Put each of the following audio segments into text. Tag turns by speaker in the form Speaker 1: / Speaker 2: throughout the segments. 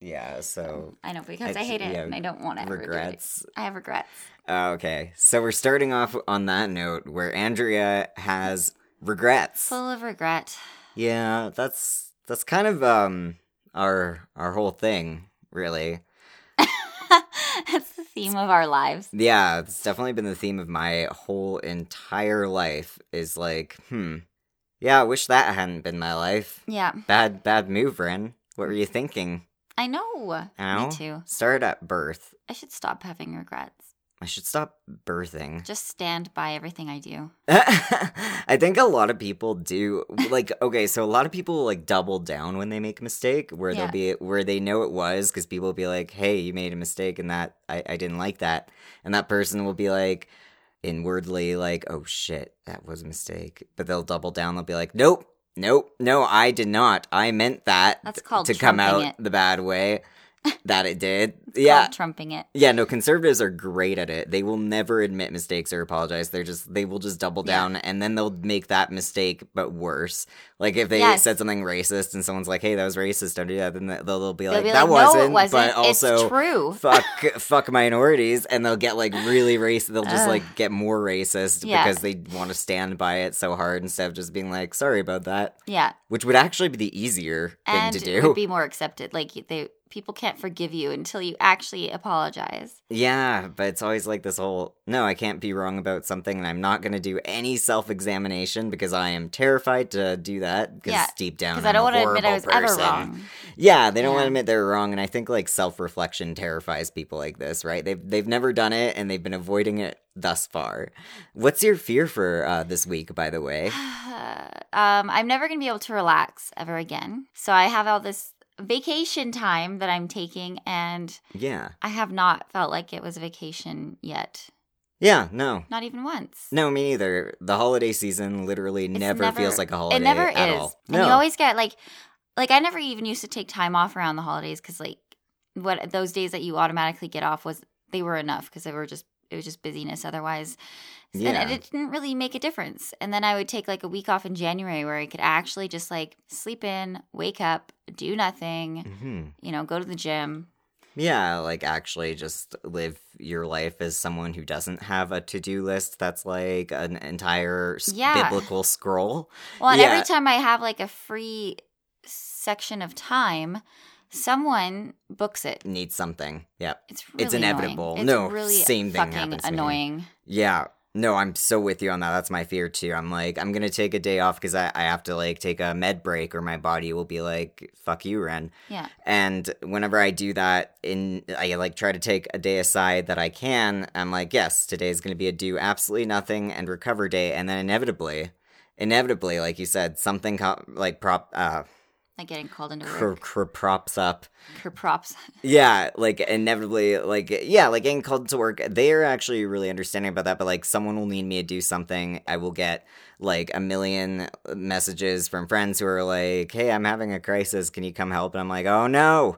Speaker 1: Yeah, so
Speaker 2: I know because
Speaker 1: I
Speaker 2: I, hate
Speaker 1: ju-
Speaker 2: it
Speaker 1: yeah,
Speaker 2: and I don't want to
Speaker 1: regrets. Oh,
Speaker 2: I have regrets.
Speaker 1: Okay, so we're starting off on that note where Andrea has regrets.
Speaker 2: Full of regret.
Speaker 1: Yeah, that's that's kind of um our our whole thing, really.
Speaker 2: That's the theme of our lives.
Speaker 1: Yeah, it's definitely been the theme of my whole entire life is like, hmm. Yeah, I wish that hadn't been my life.
Speaker 2: Yeah,
Speaker 1: Bad bad move, Ren. What were you thinking?
Speaker 2: I know.
Speaker 1: Ow.
Speaker 2: Me too.
Speaker 1: Start at birth.
Speaker 2: I should stop having regrets.
Speaker 1: I should stop birthing.
Speaker 2: Just stand by everything I do.
Speaker 1: I think a lot of people do like okay, so a lot of people like double down when they make a mistake where
Speaker 2: Yeah.
Speaker 1: they'll be where they know it was because people will be like, Hey, you made a mistake and that I, I didn't like that. And that person will be like inwardly like, Oh shit, that was a mistake. But they'll double down, they'll be like, Nope, nope, no, I did not. I meant that
Speaker 2: That's called
Speaker 1: to come out
Speaker 2: trumping
Speaker 1: the bad way that it did.
Speaker 2: It's
Speaker 1: yeah.
Speaker 2: called trumping it.
Speaker 1: Yeah, no, conservatives are great at it. They will never admit mistakes or apologize. They're just they will just double
Speaker 2: Yeah.
Speaker 1: down and then they'll make that mistake but worse. Like if they
Speaker 2: Yes.
Speaker 1: said something racist and someone's like, "Hey, that was racist," don't do that. Then they'll, they'll be
Speaker 2: They'll
Speaker 1: like,
Speaker 2: be
Speaker 1: "That
Speaker 2: like,
Speaker 1: wasn't,",
Speaker 2: no, it wasn't.
Speaker 1: but also
Speaker 2: it's true.
Speaker 1: fuck fuck minorities, and they'll get like really racist. They'll just
Speaker 2: Ugh.
Speaker 1: like get more racist
Speaker 2: Yeah.
Speaker 1: because they want to stand by it so hard instead of just being like, "Sorry about that,"
Speaker 2: Yeah,
Speaker 1: which would actually be the easier
Speaker 2: and
Speaker 1: thing to
Speaker 2: it
Speaker 1: do.
Speaker 2: would be more accepted. Like you- they people can't forgive you until you actually apologize.
Speaker 1: Yeah, but it's always like this whole no, I can't be wrong about something, and I'm not going to do any self examination because I am terrified to do that. Because
Speaker 2: Yeah,
Speaker 1: deep down,
Speaker 2: Because
Speaker 1: because
Speaker 2: I don't
Speaker 1: want
Speaker 2: want
Speaker 1: to
Speaker 2: to admit I was ever wrong.
Speaker 1: Yeah, they don't want
Speaker 2: Yeah.
Speaker 1: to admit they're wrong, and I think like self reflection terrifies people like this, right? They've they've never done it, and they've been avoiding it thus far. What's your fear for uh, this week, by the way?
Speaker 2: um, I'm never going to be able to relax ever again. So I have all this vacation time that I'm taking, and
Speaker 1: Yeah,
Speaker 2: I have not felt like it was a vacation yet.
Speaker 1: yeah, no.
Speaker 2: Not even once.
Speaker 1: No, me neither. The holiday season literally never,
Speaker 2: never-
Speaker 1: feels like a holiday.
Speaker 2: it never
Speaker 1: at
Speaker 2: is.
Speaker 1: All.
Speaker 2: And you always get like, like I never even used to take time off around the holidays because like what those days that you automatically get off was they were enough because they were just it was just busyness otherwise
Speaker 1: Yeah.
Speaker 2: and it didn't really make a difference and then i would take like a week off in january where i could actually just like sleep in wake up do nothing
Speaker 1: hmm
Speaker 2: you know go to the gym
Speaker 1: Yeah, like actually just live your life as someone who doesn't have a to do list that's like an entire s-
Speaker 2: Yeah.
Speaker 1: biblical scroll.
Speaker 2: Well, and
Speaker 1: Yeah.
Speaker 2: every time I have like a free section of time, someone books it.
Speaker 1: Needs something. Yeah.
Speaker 2: It's really
Speaker 1: It's inevitable.
Speaker 2: Annoying. It's
Speaker 1: No,
Speaker 2: really
Speaker 1: same thing
Speaker 2: fucking
Speaker 1: happens to me.
Speaker 2: annoying.
Speaker 1: Yeah. No, I'm so with you on that. That's my fear too. I'm like, I'm going to take a day off because I, I have to like take a med break or my body will be like, fuck you, Ren.
Speaker 2: Yeah,
Speaker 1: And whenever I do that, in I like try to take a day aside that I can. I'm like, yes, today is going to be a do absolutely nothing and recover day, and then inevitably, inevitably, like you said, something co- like prop uh
Speaker 2: like getting called into
Speaker 1: cr-
Speaker 2: work.
Speaker 1: cr- props up.
Speaker 2: Her props.
Speaker 1: Yeah, like inevitably, like yeah, like getting called to work. They are actually really understanding about that. But like, someone will need me to do something. I will get like a million messages from friends who are like, "Hey, I'm having a crisis. Can you come help?" And I'm like, "Oh no,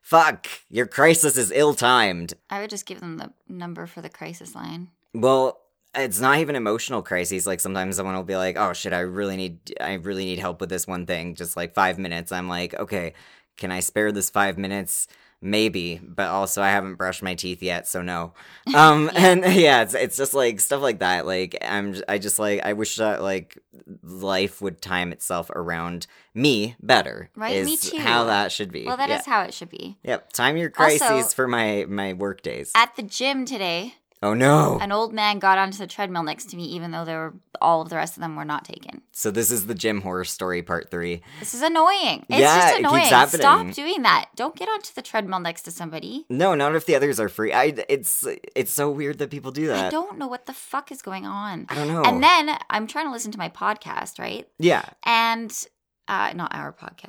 Speaker 1: fuck! Your crisis is ill timed."
Speaker 2: I would just give them the number for the crisis line.
Speaker 1: Well, it's not even emotional crises. Like sometimes someone will be like, "Oh shit, I really need, I really need help with this one thing." Just like five minutes. I'm like, okay, can I spare this five minutes? Maybe, but also I haven't brushed my teeth yet, so no. Um, and yeah, it's it's just like stuff like that. Like I'm, I just like I wish that like life would time itself around me better.
Speaker 2: Right, me
Speaker 1: is
Speaker 2: too.
Speaker 1: How that should be.
Speaker 2: Well, that is
Speaker 1: yeah.
Speaker 2: how it should be.
Speaker 1: Yep. Time your
Speaker 2: Also-
Speaker 1: crises for my my work days.
Speaker 2: At the gym today,
Speaker 1: oh no.
Speaker 2: an old man got onto the treadmill next to me, even though there were all of the rest of them were not taken.
Speaker 1: So this is the gym horror story part three.
Speaker 2: This is annoying. It's
Speaker 1: Yeah,
Speaker 2: just
Speaker 1: it keeps
Speaker 2: annoying.
Speaker 1: happening.
Speaker 2: Stop doing that. Don't get onto the treadmill next to somebody.
Speaker 1: No, not if the others are free. I it's it's so weird that people do that.
Speaker 2: I don't know what the fuck is going on.
Speaker 1: I don't know.
Speaker 2: And then I'm trying to listen to my podcast, right?
Speaker 1: yeah,
Speaker 2: And uh, not our podcast.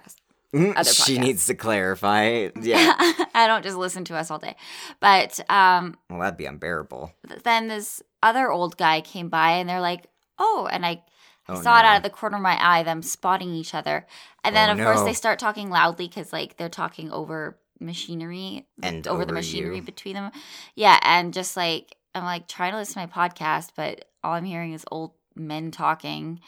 Speaker 2: other
Speaker 1: Mm-hmm. she
Speaker 2: podcasts.
Speaker 1: needs to clarify. Yeah,
Speaker 2: I don't just listen to us all day. But um,
Speaker 1: well, that'd be unbearable.
Speaker 2: th- then this other old guy came by and they're like, oh, and I. I
Speaker 1: Oh,
Speaker 2: saw it
Speaker 1: no.
Speaker 2: out of the corner of my eye, them spotting each other. And then,
Speaker 1: Oh,
Speaker 2: of course,
Speaker 1: no.
Speaker 2: they start talking loudly because, like, they're talking over machinery
Speaker 1: And
Speaker 2: over, the
Speaker 1: over
Speaker 2: machinery
Speaker 1: you.
Speaker 2: between them. Yeah. And just like, I'm like trying to listen to my podcast, but all I'm hearing is old men talking.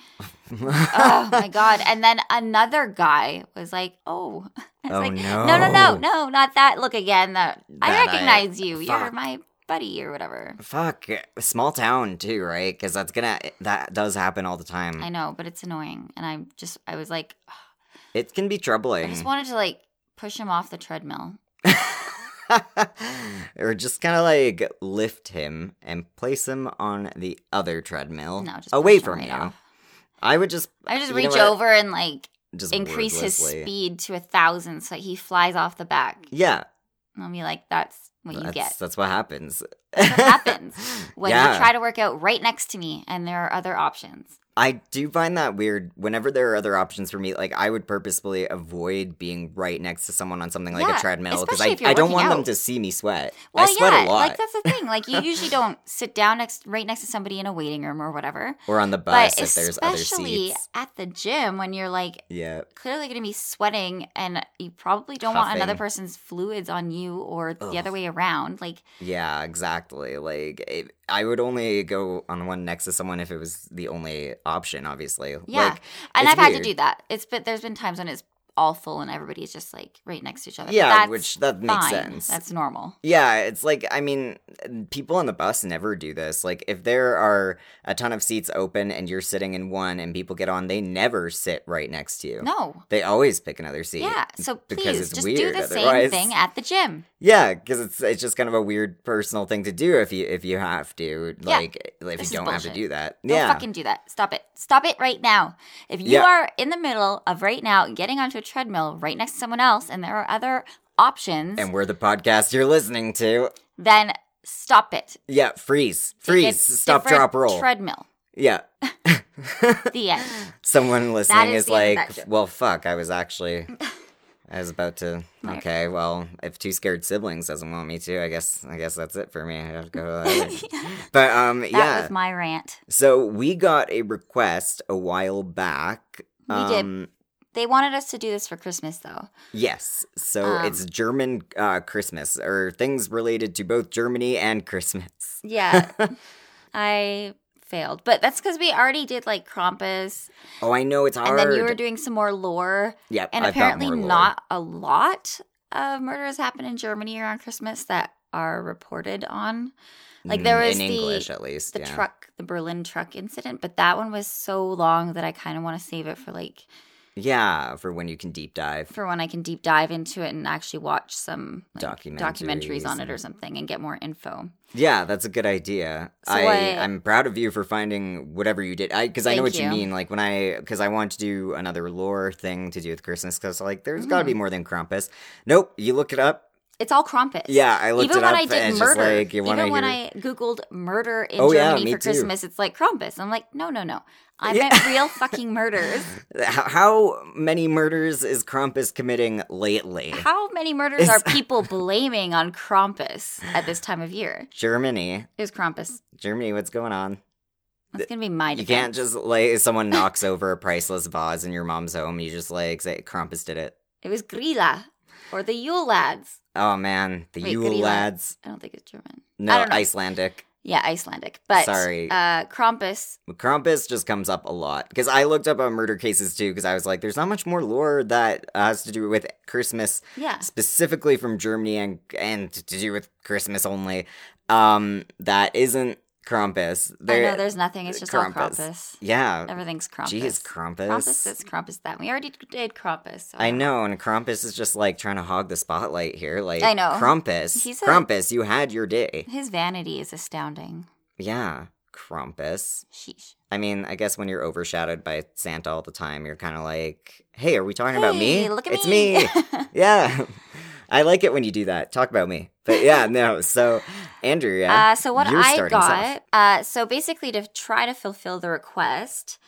Speaker 2: oh my god! And then another guy was like, "Oh, I was
Speaker 1: Oh,
Speaker 2: like,
Speaker 1: no.
Speaker 2: no, no, no, no, not that. Look again. That, I
Speaker 1: That I-
Speaker 2: recognize you. You're
Speaker 1: fuck.
Speaker 2: my buddy or whatever.
Speaker 1: Fuck, small town too, right? Because that's gonna that does happen all the time.
Speaker 2: I know, but it's annoying. And I'm just, I was like,
Speaker 1: It can be troubling.
Speaker 2: I just wanted to like push him off the treadmill.
Speaker 1: or just kind of like lift him and place him on the other treadmill
Speaker 2: No, just push
Speaker 1: away
Speaker 2: him
Speaker 1: from
Speaker 2: right
Speaker 1: you.
Speaker 2: off.
Speaker 1: I would just
Speaker 2: I just
Speaker 1: You know
Speaker 2: reach
Speaker 1: what?
Speaker 2: over and like
Speaker 1: just
Speaker 2: increase his
Speaker 1: wordlessly-
Speaker 2: speed to a thousand so that he flies off the back.
Speaker 1: Yeah,
Speaker 2: And I'll be like, that's what you
Speaker 1: that's
Speaker 2: get.
Speaker 1: that's what happens.
Speaker 2: That's what happens when
Speaker 1: Yeah.
Speaker 2: you try to work out right next to me and there are other options.
Speaker 1: I do find that weird. Whenever there are other options for me, like I would purposefully avoid being right next to someone on something like
Speaker 2: Yeah,
Speaker 1: a treadmill because
Speaker 2: especially
Speaker 1: I,
Speaker 2: if you're
Speaker 1: I don't
Speaker 2: working
Speaker 1: want them
Speaker 2: out.
Speaker 1: to see me sweat.
Speaker 2: Well,
Speaker 1: I sweat
Speaker 2: yeah,
Speaker 1: a lot,
Speaker 2: like that's the thing. Like you usually don't sit down next, right next to somebody in a waiting room or whatever.
Speaker 1: or on the
Speaker 2: But
Speaker 1: bus if there's other
Speaker 2: especially
Speaker 1: seats.
Speaker 2: at the gym when you're like
Speaker 1: Yeah,
Speaker 2: clearly going to be sweating and you probably don't want another
Speaker 1: Huffing.
Speaker 2: person's fluids on you or
Speaker 1: Ugh.
Speaker 2: the other way around. Like
Speaker 1: yeah, exactly. Like it, I would only go on one next to someone if it was the only option. Obviously,
Speaker 2: Yeah.
Speaker 1: Like,
Speaker 2: and
Speaker 1: It's
Speaker 2: I've had
Speaker 1: weird.
Speaker 2: to do that. It's but there's been times when it's awful and everybody's just like right next to each other. But
Speaker 1: yeah,
Speaker 2: that's
Speaker 1: which that makes
Speaker 2: fine.
Speaker 1: sense.
Speaker 2: That's normal.
Speaker 1: Yeah, it's like I mean, people on the bus never do this. Like if there are a ton of seats open and you're sitting in one and people get on, they never sit right next to you.
Speaker 2: No.
Speaker 1: They always pick another seat.
Speaker 2: Yeah. So
Speaker 1: because
Speaker 2: please
Speaker 1: it's
Speaker 2: just do
Speaker 1: weird
Speaker 2: the same
Speaker 1: otherwise.
Speaker 2: thing at the gym.
Speaker 1: Yeah, cuz it's it's just kind of a weird personal thing to do if you if you have to
Speaker 2: Yeah.
Speaker 1: like if
Speaker 2: This is
Speaker 1: you don't have to
Speaker 2: bullshit.
Speaker 1: do that.
Speaker 2: Don't
Speaker 1: yeah.
Speaker 2: fucking do that. Stop it. Stop it right now. If you
Speaker 1: Yeah.
Speaker 2: are in the middle of right now getting onto a treadmill right next to someone else and there are other options,
Speaker 1: and we're the podcast you're listening to.
Speaker 2: then stop it.
Speaker 1: Yeah, freeze.
Speaker 2: Take a
Speaker 1: Freeze. Stop
Speaker 2: different
Speaker 1: drop roll.
Speaker 2: Treadmill.
Speaker 1: yeah.
Speaker 2: The end.
Speaker 1: someone listening
Speaker 2: is
Speaker 1: is,
Speaker 2: the end of
Speaker 1: like,
Speaker 2: that joke.
Speaker 1: well, fuck, I was actually, I was about to. Okay, well, if two scared siblings doesn't want me to, I guess, I guess that's it for me. I have to go. to the other. But um,
Speaker 2: That
Speaker 1: yeah.
Speaker 2: was my rant.
Speaker 1: so we got a request a while back.
Speaker 2: We did.
Speaker 1: um,
Speaker 2: They wanted us to do this for Christmas, though.
Speaker 1: Yes. So
Speaker 2: Um,
Speaker 1: it's German uh, Christmas or things related to both Germany and Christmas.
Speaker 2: Yeah. I failed. But that's because we already did like Krampus.
Speaker 1: Oh, I know it's hard.
Speaker 2: And then you were doing some more lore.
Speaker 1: yep,
Speaker 2: And
Speaker 1: I've got
Speaker 2: apparently,
Speaker 1: more lore.
Speaker 2: not a lot of murders happen in Germany around Christmas that are reported on. like, there
Speaker 1: Mm,
Speaker 2: was
Speaker 1: in
Speaker 2: the-
Speaker 1: English at least.
Speaker 2: The
Speaker 1: yeah.
Speaker 2: truck, the Berlin truck incident. But that one was so long that I kind of want to save it for like,
Speaker 1: Yeah, for when you can deep dive.
Speaker 2: for when I can deep dive into it and actually watch some like,
Speaker 1: Documentaries
Speaker 2: documentaries on it
Speaker 1: and-
Speaker 2: or something and get more info.
Speaker 1: Yeah, that's a good idea.
Speaker 2: So
Speaker 1: I,
Speaker 2: I-
Speaker 1: I'm proud of you for finding whatever you did. I because I know
Speaker 2: Thank
Speaker 1: what you.
Speaker 2: you.
Speaker 1: mean. Like when I because I want to do another lore thing to do with Christmas because like there's got to
Speaker 2: Mm.
Speaker 1: be more than Krampus. Nope, you look it up.
Speaker 2: It's all Krampus.
Speaker 1: Yeah, I looked
Speaker 2: even
Speaker 1: it up.
Speaker 2: when I
Speaker 1: and
Speaker 2: did
Speaker 1: it's
Speaker 2: murder,
Speaker 1: just like you want to
Speaker 2: even
Speaker 1: hear.
Speaker 2: when I googled murder in
Speaker 1: Oh, yeah,
Speaker 2: Germany
Speaker 1: me
Speaker 2: for
Speaker 1: too.
Speaker 2: Christmas, it's like Krampus. I'm like, no, no, no, I
Speaker 1: Yeah.
Speaker 2: meant real fucking murders.
Speaker 1: How, how many murders is Krampus committing lately?
Speaker 2: How many murders are people blaming on Krampus at this time of year?
Speaker 1: Germany,
Speaker 2: It was Krampus.
Speaker 1: Germany, what's going on?
Speaker 2: That's gonna be my.
Speaker 1: You
Speaker 2: Defense.
Speaker 1: can't just like someone knocks over a priceless vase in your mom's home. You just like say Krampus did it.
Speaker 2: It was Grilla or the Yule lads.
Speaker 1: Oh man, the
Speaker 2: Wait,
Speaker 1: Yule
Speaker 2: Greenland.
Speaker 1: lads.
Speaker 2: I don't think it's German.
Speaker 1: No,
Speaker 2: I don't know.
Speaker 1: Icelandic.
Speaker 2: Yeah, Icelandic. But
Speaker 1: Sorry.
Speaker 2: uh, Krampus.
Speaker 1: Krampus just comes up a lot because I looked up on murder cases too because I was like, there's not much more lore that has to do with Christmas
Speaker 2: Yeah,
Speaker 1: specifically from Germany and and to do with Christmas only. Um, that isn't Krampus.
Speaker 2: I know there's nothing. It's just all
Speaker 1: uh, Krampus.
Speaker 2: Krampus.
Speaker 1: yeah.
Speaker 2: Everything's Krampus.
Speaker 1: Jeez, Krampus.
Speaker 2: Krampus this, Krampus that. We already did Krampus. So
Speaker 1: I know, and Krampus is just like trying to hog the spotlight here. Like
Speaker 2: I know.
Speaker 1: Krampus.
Speaker 2: He's a-
Speaker 1: Krampus, you had your day.
Speaker 2: His vanity is astounding.
Speaker 1: Yeah, Krampus.
Speaker 2: Sheesh.
Speaker 1: I mean, I guess when you're overshadowed by Santa all the time, you're kind of like, "Hey, are we talking about me?
Speaker 2: Hey, Look at
Speaker 1: it's
Speaker 2: me.
Speaker 1: me. yeah, I like it when you do that. Talk about me. But yeah, no. So, Andrea,
Speaker 2: uh, so what
Speaker 1: You're
Speaker 2: I
Speaker 1: starting us
Speaker 2: got, uh, so basically to try to fulfill the request,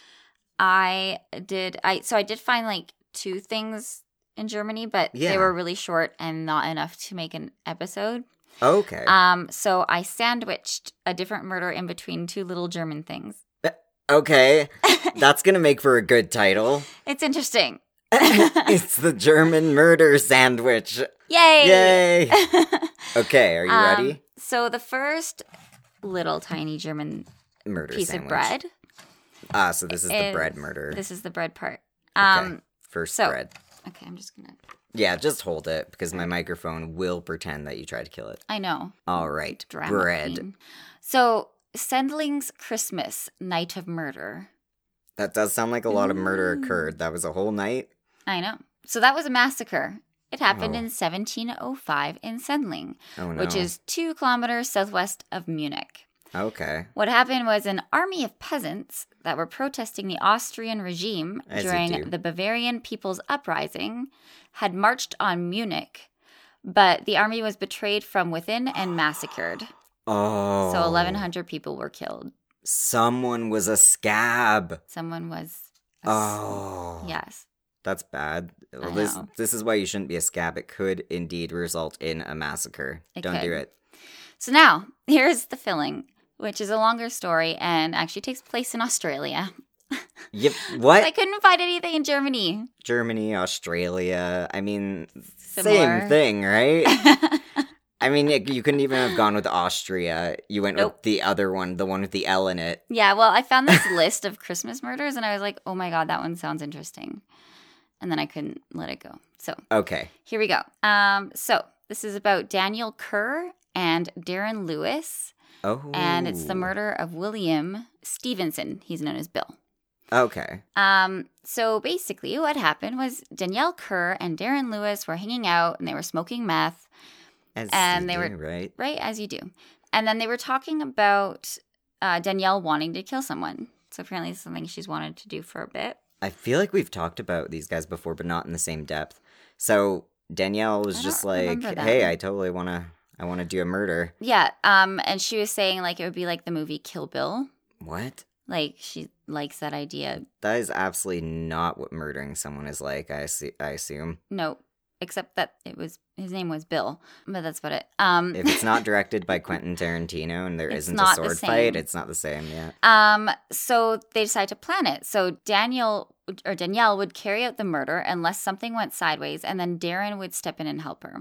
Speaker 2: I did. I so I did find like two things in Germany, but
Speaker 1: Yeah.
Speaker 2: they were really short and not enough to make an episode.
Speaker 1: okay,
Speaker 2: Um, so I sandwiched a different murder in between two little German things.
Speaker 1: okay, that's gonna make for a good title.
Speaker 2: It's interesting.
Speaker 1: it's the German murder sandwich.
Speaker 2: Yay!
Speaker 1: Yay! Okay, are you
Speaker 2: Um,
Speaker 1: ready?
Speaker 2: So the first little tiny German
Speaker 1: Murder
Speaker 2: Um, piece
Speaker 1: sandwich.
Speaker 2: of bread
Speaker 1: Ah, so this is the bread
Speaker 2: It's-
Speaker 1: murder.
Speaker 2: This is the bread part. Um,
Speaker 1: First
Speaker 2: so-
Speaker 1: bread.
Speaker 2: okay. I'm just gonna.
Speaker 1: Yeah, just hold it because my microphone will pretend that you tried to kill it.
Speaker 2: I know.
Speaker 1: All right.
Speaker 2: Drama
Speaker 1: bread.
Speaker 2: queen. So Sendling's Christmas Night of Murder.
Speaker 1: That does sound like a lot of murder
Speaker 2: Mm.
Speaker 1: occurred. That was a whole night.
Speaker 2: I know. So that was a massacre. It happened
Speaker 1: Oh.
Speaker 2: in 1705 in Sendling,
Speaker 1: Oh no.
Speaker 2: which is two kilometers southwest of Munich.
Speaker 1: okay.
Speaker 2: What happened was an army of peasants that were protesting the Austrian regime
Speaker 1: As you do.
Speaker 2: during the Bavarian People's Uprising had marched on Munich, but the army was betrayed from within and massacred.
Speaker 1: Oh.
Speaker 2: So 1,100 people were killed.
Speaker 1: Someone was a scab.
Speaker 2: Someone was.
Speaker 1: Oh.
Speaker 2: Yes.
Speaker 1: That's bad. Well,
Speaker 2: I
Speaker 1: this
Speaker 2: know.
Speaker 1: this is why you shouldn't be a scab. It could indeed result in a massacre.
Speaker 2: It
Speaker 1: Don't do
Speaker 2: could.
Speaker 1: it.
Speaker 2: So now, here's the filling, which is a longer story and actually takes place in Australia.
Speaker 1: Yep. What?
Speaker 2: I couldn't find anything in Germany.
Speaker 1: Germany, Australia. I mean,
Speaker 2: Similar.
Speaker 1: same thing, right? I mean, it, you couldn't even have gone with Austria. You went with
Speaker 2: Nope.
Speaker 1: the other one, the one with the L in it.
Speaker 2: Yeah, well, I found this list of Christmas murders and I was like, oh my God, that one sounds interesting. And then I couldn't let it go. So
Speaker 1: Okay.
Speaker 2: here we go. Um, so this is about Daniel Kerr and Darren Lewis,
Speaker 1: Oh.
Speaker 2: and it's the murder of William Stevenson. He's known as Bill.
Speaker 1: Okay.
Speaker 2: Um, so basically, what happened was Danielle Kerr and Darren Lewis were hanging out and they were smoking meth,
Speaker 1: As
Speaker 2: And
Speaker 1: you
Speaker 2: they were-
Speaker 1: do, right.
Speaker 2: right? As you do. And then they were talking about uh, Danielle wanting to kill someone. So apparently, it's something she's wanted to do for a bit.
Speaker 1: I feel like we've talked about these guys before, but not in the same depth. So Danielle was
Speaker 2: I
Speaker 1: just
Speaker 2: don't
Speaker 1: like,
Speaker 2: remember that.
Speaker 1: "Hey, I totally wanna, I wanna do a murder."
Speaker 2: Yeah. Um, and she was saying like it would be like the movie Kill Bill.
Speaker 1: What?
Speaker 2: Like she likes that idea.
Speaker 1: That is absolutely not what murdering someone is like. I see. I assume
Speaker 2: No, except that it was his name was Bill, but that's about it. Um,
Speaker 1: if it's not directed by Quentin Tarantino and there
Speaker 2: It's
Speaker 1: isn't a
Speaker 2: not the
Speaker 1: sword fight,
Speaker 2: same.
Speaker 1: it's not the same. Yeah.
Speaker 2: Um, so they decide to plan it. So Daniel or Danielle would carry out the murder unless something went sideways, and then Darren would step in and help her.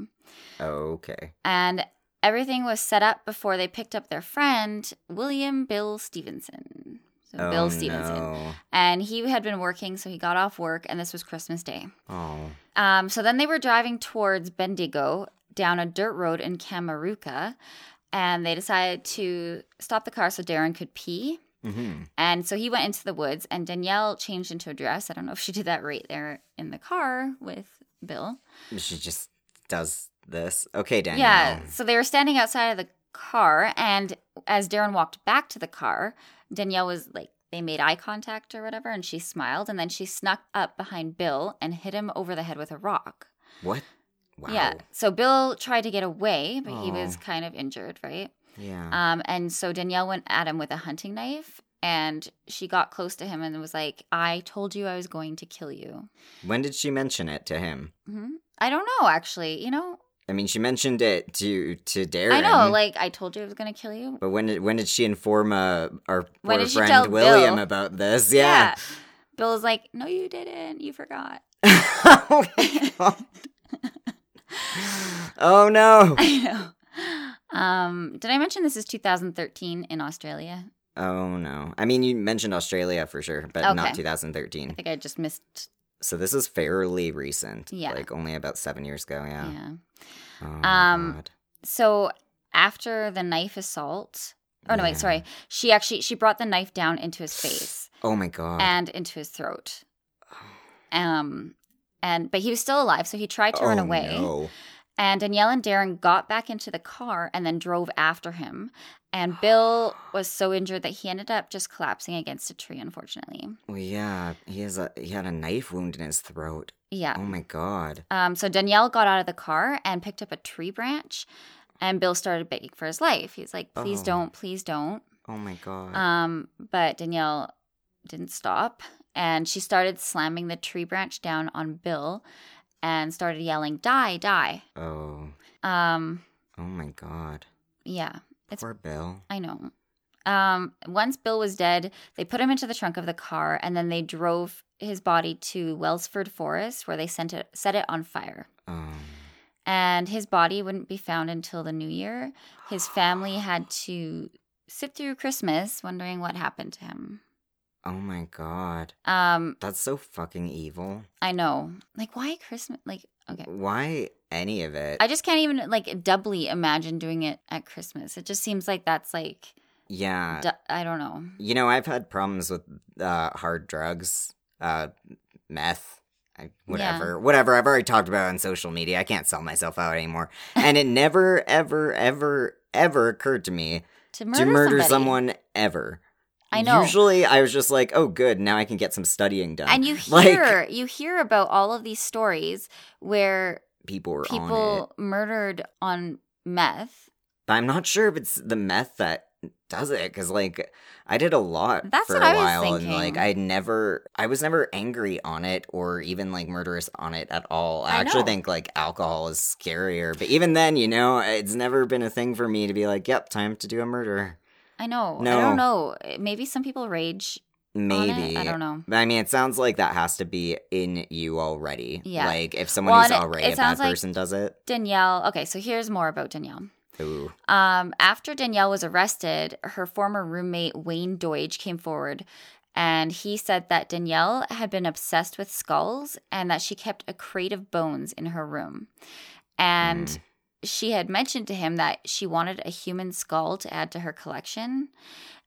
Speaker 1: Okay.
Speaker 2: And everything was set up before they picked up their friend William Bill Stevenson. So
Speaker 1: Oh,
Speaker 2: Bill Stevenson,
Speaker 1: no.
Speaker 2: and he had been working, so he got off work, and this was Christmas Day.
Speaker 1: Oh.
Speaker 2: Um, so then they were driving towards Bendigo down a dirt road in Camaruca, and they decided to stop the car so Darren could pee.
Speaker 1: hmm
Speaker 2: And so he went into the woods, and Danielle changed into a dress. I don't know if she did that right there in the car with Bill.
Speaker 1: She just does this. Okay, Danielle.
Speaker 2: Yeah. So they were standing outside of the car, and as Darren walked back to the car, Danielle was like, they made eye contact or whatever, and she smiled, and then she snuck up behind Bill and hit him over the head with a rock.
Speaker 1: What? Wow.
Speaker 2: Yeah. So Bill tried to get away, but he
Speaker 1: Oh.
Speaker 2: was kind of injured, right?
Speaker 1: Yeah.
Speaker 2: Um, and so Danielle went at him with a hunting knife, and she got close to him and was like, "I told you I was going to kill you."
Speaker 1: when did she mention it to him?
Speaker 2: hmm I don't know, actually. You know,
Speaker 1: I mean, she mentioned it to to Darren.
Speaker 2: I know, like I told you I was going to kill you.
Speaker 1: But when did, when did she inform uh, our
Speaker 2: When
Speaker 1: poor
Speaker 2: did she tell
Speaker 1: friend
Speaker 2: Bill?
Speaker 1: William about this? Yeah.
Speaker 2: Bill was like, "No, you didn't. You forgot."
Speaker 1: oh, my God. Oh, no.
Speaker 2: I know. Um, did I mention this is 2013 in Australia?
Speaker 1: Oh no. I mean, you mentioned Australia for sure, but not
Speaker 2: Okay. I
Speaker 1: 2013.
Speaker 2: think I just missed.
Speaker 1: So this is fairly recent.
Speaker 2: Yeah.
Speaker 1: Like only about seven years ago. Yeah.
Speaker 2: yeah.
Speaker 1: Oh, my
Speaker 2: Um,
Speaker 1: God.
Speaker 2: So after the knife assault, oh no,
Speaker 1: Yeah.
Speaker 2: wait, sorry. She actually she brought the knife down into his face.
Speaker 1: Oh my God.
Speaker 2: and into his throat. Um, and but he was still alive, so he tried to run
Speaker 1: Oh,
Speaker 2: away.
Speaker 1: no.
Speaker 2: And Danielle and Darren got back into the car and then drove after him. And Bill was so injured that he ended up just collapsing against a tree, unfortunately.
Speaker 1: Well, yeah. He has a he had a knife wound in his throat.
Speaker 2: Yeah.
Speaker 1: Oh my God.
Speaker 2: Um, so Danielle got out of the car and picked up a tree branch, and Bill started begging for his life. He's like, "Please
Speaker 1: Oh.
Speaker 2: don't, please don't."
Speaker 1: Oh my God.
Speaker 2: Um, but Danielle didn't stop and she started slamming the tree branch down on Bill and started yelling, Die, die.
Speaker 1: oh.
Speaker 2: Um,
Speaker 1: Oh my God.
Speaker 2: yeah, It's-
Speaker 1: Poor Bill.
Speaker 2: I know. Um, once Bill was dead, they put him into the trunk of the car and then they drove his body to Wellsford Forest where they sent it, set it on fire.
Speaker 1: Um.
Speaker 2: And his body wouldn't be found until the new year. His family had to sit through Christmas wondering what happened to him.
Speaker 1: Oh my god.
Speaker 2: Um,
Speaker 1: That's so fucking evil.
Speaker 2: I know. Like, why Christmas? Like, okay.
Speaker 1: Why any of it?
Speaker 2: I just can't even, like, doubly imagine doing it at Christmas. It just seems like that's, like,
Speaker 1: yeah.
Speaker 2: du- I don't know.
Speaker 1: You know, I've had problems with uh, hard drugs, uh, meth, I, whatever, whatever. I've already talked about it on social media. I can't sell myself out anymore. And it never, ever, ever, ever occurred to me
Speaker 2: To murder,
Speaker 1: to murder
Speaker 2: somebody.
Speaker 1: someone ever.
Speaker 2: I know.
Speaker 1: Usually, I was just like, "Oh, good, now I can get some studying done."
Speaker 2: and you
Speaker 1: like-
Speaker 2: hear you hear about all of these stories where
Speaker 1: people were on it,
Speaker 2: people murdered on meth.
Speaker 1: but I'm not sure if it's the meth that does it because, like, I did a lot
Speaker 2: That's
Speaker 1: for
Speaker 2: what
Speaker 1: a
Speaker 2: I was
Speaker 1: while, and
Speaker 2: thinking.
Speaker 1: like, I never, I was never angry on it or even like murderous on it at all. I,
Speaker 2: I
Speaker 1: actually
Speaker 2: know.
Speaker 1: think like alcohol is scarier, but even then, you know, it's never been a thing for me to be like, "Yep, time to do a murder."
Speaker 2: I know.
Speaker 1: No.
Speaker 2: I don't know. Maybe some people rage. on it.
Speaker 1: Maybe
Speaker 2: I don't know.
Speaker 1: But I mean, it sounds like that has to be in you already.
Speaker 2: Yeah.
Speaker 1: Like if someone
Speaker 2: Well,
Speaker 1: who's
Speaker 2: and it-
Speaker 1: already
Speaker 2: it
Speaker 1: a bad
Speaker 2: sounds like-
Speaker 1: person does it.
Speaker 2: Danielle. Okay, so here's more about Danielle.
Speaker 1: Ooh.
Speaker 2: Um, after Danielle was arrested, her former roommate Wayne Deutsch came forward and he said that Danielle had been obsessed with skulls and that she kept a crate of bones in her room. And
Speaker 1: Mm.
Speaker 2: she had mentioned to him that she wanted a human skull to add to her collection.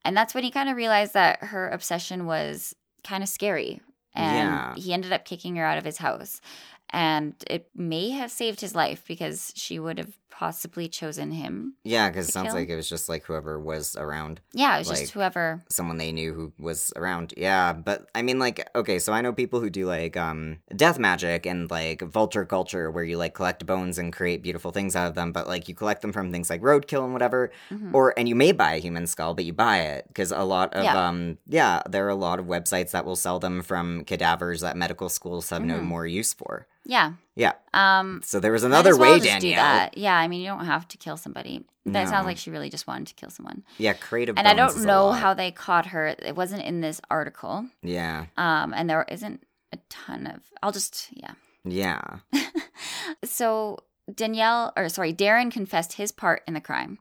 Speaker 2: And that's when he kind of realized that her obsession was kind of scary. And
Speaker 1: Yeah.
Speaker 2: he ended up kicking her out of his house. And it may have saved his life because she would have possibly chosen him.
Speaker 1: Yeah, because it
Speaker 2: To
Speaker 1: sounds
Speaker 2: kill?
Speaker 1: like it was just like whoever was around,
Speaker 2: Yeah, it was
Speaker 1: Like-
Speaker 2: just whoever.
Speaker 1: someone they knew who was around. Yeah, but I mean, like, okay, so I know people who do like um death magic and like vulture culture, where you like collect bones and create beautiful things out of them. But like, you collect them from things like roadkill and whatever.
Speaker 2: Mhm.
Speaker 1: or and you may buy a human skull but you buy it because a lot of
Speaker 2: Yeah.
Speaker 1: um yeah there are a lot of websites that will sell them from cadavers that medical schools have no
Speaker 2: Mhm.
Speaker 1: more use for
Speaker 2: Yeah.
Speaker 1: Yeah.
Speaker 2: Um,
Speaker 1: so there was
Speaker 2: might
Speaker 1: another
Speaker 2: as well
Speaker 1: way
Speaker 2: just
Speaker 1: danielle
Speaker 2: do that. Yeah, I mean, you don't have to kill somebody. That sounds
Speaker 1: No.
Speaker 2: like she really just wanted to kill someone.
Speaker 1: yeah creative
Speaker 2: And I don't know how they caught her. It wasn't in this article.
Speaker 1: yeah
Speaker 2: Um, and there isn't a ton of. I'll just yeah.
Speaker 1: yeah
Speaker 2: So Danielle, or sorry, Darren confessed his part in the crime,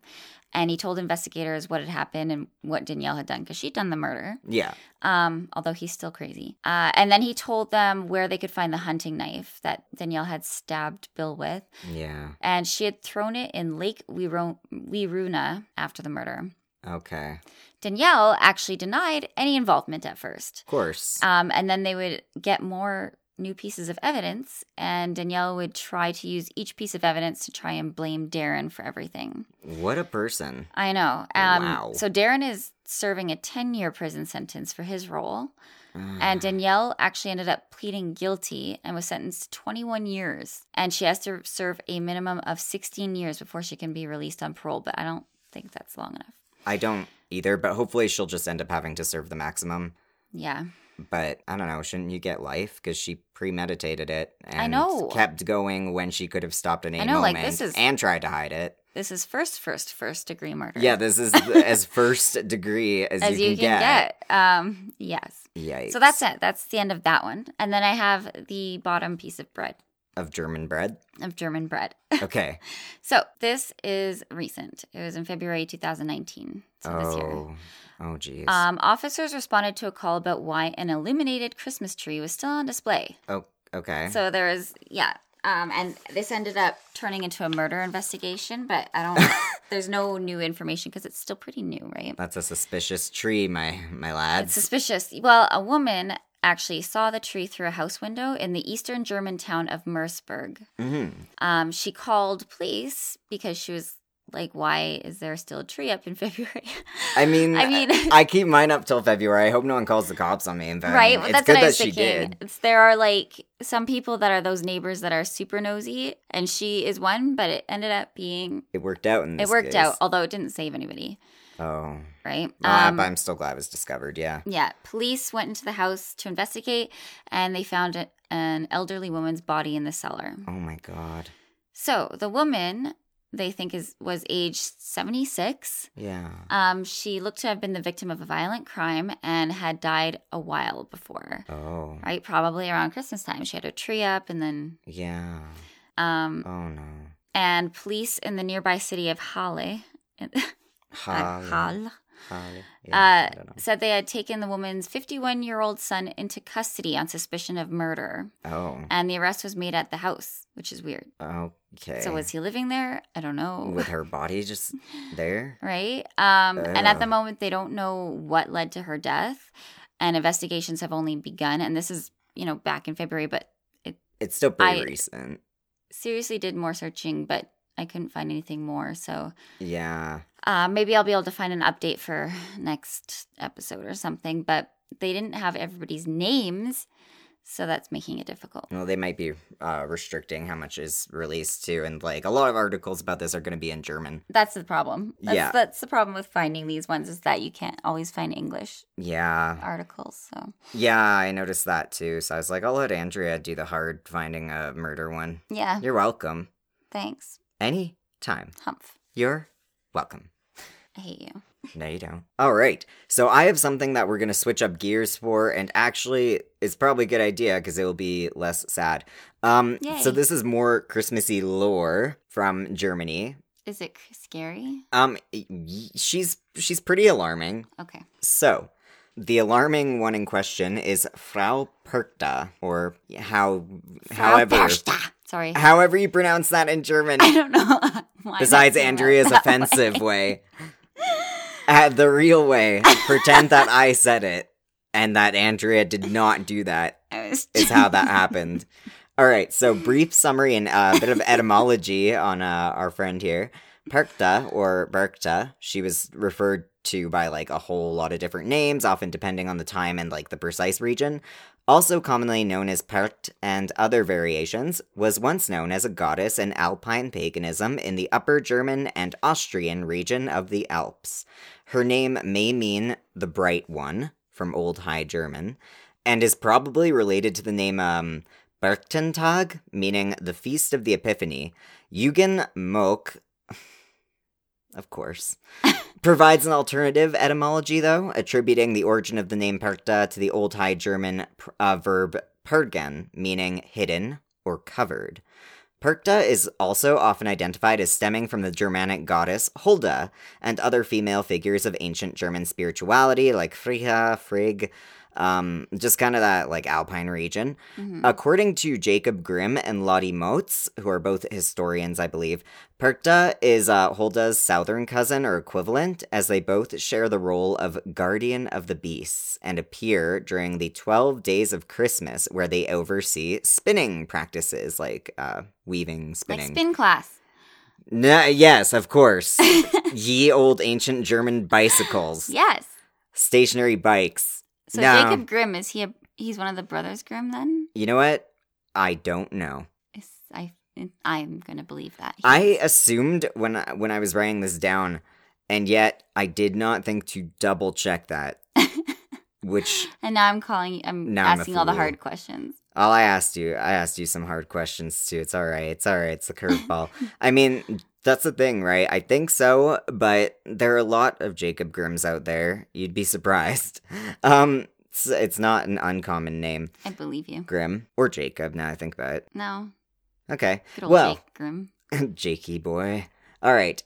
Speaker 2: and he told investigators what had happened and what Danielle had done because she'd done the murder.
Speaker 1: yeah
Speaker 2: Um, although he's still crazy. Uh, and then he told them where they could find the hunting knife that Danielle had stabbed Bill with,
Speaker 1: yeah
Speaker 2: and she had thrown it in Lake Wiro- Wiruna after the murder.
Speaker 1: okay of
Speaker 2: Danielle actually denied any involvement at first.
Speaker 1: course
Speaker 2: Um, and then they would get more new pieces of evidence, and Danielle would try to use each piece of evidence to try and blame Darren for everything.
Speaker 1: what a person
Speaker 2: I know. Um,
Speaker 1: Wow.
Speaker 2: So Darren is serving a 10 year prison sentence for his role,
Speaker 1: Mm,
Speaker 2: and Danielle actually ended up pleading guilty and was sentenced to 21 years. And she has to serve a minimum of 16 years before she can be released on parole, but I don't think that's long enough.
Speaker 1: i don't either but hopefully she'll just end up having to serve the maximum
Speaker 2: Yeah.
Speaker 1: but I don't know. Shouldn't you get life? Because she premeditated it and
Speaker 2: know.
Speaker 1: kept going when she could have stopped at any
Speaker 2: I know, like,
Speaker 1: moment
Speaker 2: this is-
Speaker 1: and tried to hide it.
Speaker 2: This is first, first, first degree murder.
Speaker 1: Yeah, this is as first degree as,
Speaker 2: As you, can, get. Um, yes.
Speaker 1: get. Yikes.
Speaker 2: So that's it. That's the end of that one. And then I have the bottom piece of bread,
Speaker 1: Of German bread.
Speaker 2: of German bread.
Speaker 1: Okay.
Speaker 2: So this is recent. It was in February 2019. So this year.
Speaker 1: oh. Oh, jeez.
Speaker 2: Um, officers responded to a call about why an illuminated Christmas tree was still on display.
Speaker 1: oh, okay.
Speaker 2: So there was, yeah. Um, and this ended up turning into a murder investigation, but I don't, there's no new information because it's still pretty new, right?
Speaker 1: that's a suspicious tree, my my
Speaker 2: It's
Speaker 1: lads.
Speaker 2: suspicious. Well, a woman actually saw the tree through a house window in the eastern German town of Merseburg.
Speaker 1: hmm
Speaker 2: Um, she called police because she was like, "Why is there still a tree up in February?"
Speaker 1: I mean,
Speaker 2: I mean,
Speaker 1: I keep mine up till February. I hope no one calls the cops on me. But I
Speaker 2: right?
Speaker 1: mean,
Speaker 2: Well,
Speaker 1: it's
Speaker 2: that's
Speaker 1: good
Speaker 2: what I
Speaker 1: that
Speaker 2: was
Speaker 1: she
Speaker 2: thinking.
Speaker 1: did.
Speaker 2: It's, there are like some people that are those neighbors that are super nosy, and she is one. But it ended up being
Speaker 1: It worked out. In
Speaker 2: it
Speaker 1: this
Speaker 2: worked
Speaker 1: case.
Speaker 2: out, although it didn't save anybody,
Speaker 1: Oh,
Speaker 2: right? Um,
Speaker 1: Well, I- but I'm still glad it was discovered. Yeah.
Speaker 2: Yeah, police went into the house to investigate and they found a- an elderly woman's body in the cellar.
Speaker 1: Oh my god.
Speaker 2: So, the woman they think is was aged 76.
Speaker 1: Yeah.
Speaker 2: Um, she looked to have been the victim of a violent crime and had died a while before.
Speaker 1: Oh.
Speaker 2: Right, probably around Christmas time. She had her tree up and then
Speaker 1: Yeah.
Speaker 2: um
Speaker 1: Oh no.
Speaker 2: and police in the nearby city of Halle uh,
Speaker 1: Holly.
Speaker 2: Halle
Speaker 1: Um, yeah, I
Speaker 2: uh,
Speaker 1: don't know.
Speaker 2: said they had taken the woman's 51 year old son into custody on suspicion of murder,
Speaker 1: Oh,
Speaker 2: and the arrest was made at the house, which is weird.
Speaker 1: okay.
Speaker 2: So, was he living there? I don't know.
Speaker 1: with her body just there?
Speaker 2: right? Um, and at the
Speaker 1: Ugh.
Speaker 2: moment, they don't know what led to her death, and investigations have only begun. And this is, you know, back in February, but
Speaker 1: It's still pretty
Speaker 2: I-
Speaker 1: recent.
Speaker 2: seriously did more searching, but I couldn't find anything more. So
Speaker 1: Yeah.
Speaker 2: uh, maybe I'll be able to find an update for next episode or something. But they didn't have everybody's names, so that's making it difficult.
Speaker 1: Well, they might be uh, restricting how much is released too, and like a lot of articles about this are going to be in German.
Speaker 2: That's the problem. That's,
Speaker 1: Yeah.
Speaker 2: that's the problem with finding these ones is that you can't always find English
Speaker 1: Yeah,
Speaker 2: articles. So
Speaker 1: yeah, I noticed that too. So I was like, I'll let Andrea do the hard finding a murder one.
Speaker 2: yeah,
Speaker 1: You're welcome.
Speaker 2: thanks.
Speaker 1: Any time.
Speaker 2: Humph.
Speaker 1: You're welcome.
Speaker 2: I hate you.
Speaker 1: No, you don't. All right. So I have something that we're going to switch up gears for, and actually, it's probably a good idea because it will be less sad. Um, so
Speaker 2: Yay.
Speaker 1: this is more Christmassy lore from Germany.
Speaker 2: Is it c- scary?
Speaker 1: Um, y- y- she's she's pretty alarming.
Speaker 2: Okay.
Speaker 1: So, the alarming one in question is Frau Perchta, or how, however,
Speaker 2: Versta. Sorry.
Speaker 1: however you pronounce that in German.
Speaker 2: I don't know. why I'm
Speaker 1: besides
Speaker 2: saying that
Speaker 1: Andrea's
Speaker 2: that
Speaker 1: offensive
Speaker 2: way.
Speaker 1: way. Uh, the real way, pretend that I said it and that Andrea did not do that,
Speaker 2: I was
Speaker 1: is how that happened. All right, so brief summary and uh, a bit of etymology on uh, our friend here. Perkta or Berkta, she was referred to by like a whole lot of different names, often depending on the time and like the precise region. Also commonly known as Perkt and other variations, was once known as a goddess in Alpine paganism in the Upper German and Austrian region of the Alps. Her name may mean the bright one from Old High German, and is probably related to the name um, Berchtentag, meaning the Feast of the Epiphany. Eugen Moke, of course, provides an alternative etymology, though, attributing the origin of the name Perchta to the Old High German pr- uh, verb pergen, meaning hidden or covered. Perchta is also often identified as stemming from the Germanic goddess Hulda and other female figures of ancient German spirituality like Frigga, Frigg, um, just kind of that like alpine region.
Speaker 2: Mhm.
Speaker 1: According to Jacob Grimm and Lottie Motes, who are both historians, I believe, Perkta is uh, Hulda's southern cousin or equivalent, as they both share the role of guardian of the beasts and appear during the 12 days of Christmas, where they oversee spinning practices like uh, weaving,
Speaker 2: like
Speaker 1: spinning.
Speaker 2: spin class.
Speaker 1: Nah, yes, of course. Ye old ancient German bicycles,
Speaker 2: Yes.
Speaker 1: stationary bikes.
Speaker 2: So
Speaker 1: No.
Speaker 2: Jacob Grimm is he? A, he's one of the brothers Grimm. Then
Speaker 1: You know what? I don't know.
Speaker 2: is I I'm gonna believe that. He-
Speaker 1: I assumed when I, when I was writing this down, and yet I did not think to double check that. which
Speaker 2: and now I'm calling. you- I'm
Speaker 1: Now I'm a
Speaker 2: asking all the
Speaker 1: fool.
Speaker 2: hard questions.
Speaker 1: all I asked you, I asked you some hard questions too. It's all right. It's all right. It's a curveball. I mean, that's the thing, right? I think so, but there are a lot of Jacob Grims out there. You'd be surprised. Um, it's, it's not an uncommon name,
Speaker 2: I believe you.
Speaker 1: Grim or Jacob. Now I think about it.
Speaker 2: No,
Speaker 1: Okay.
Speaker 2: good old
Speaker 1: Well.
Speaker 2: Jake Grimm.
Speaker 1: Jakey boy. All right.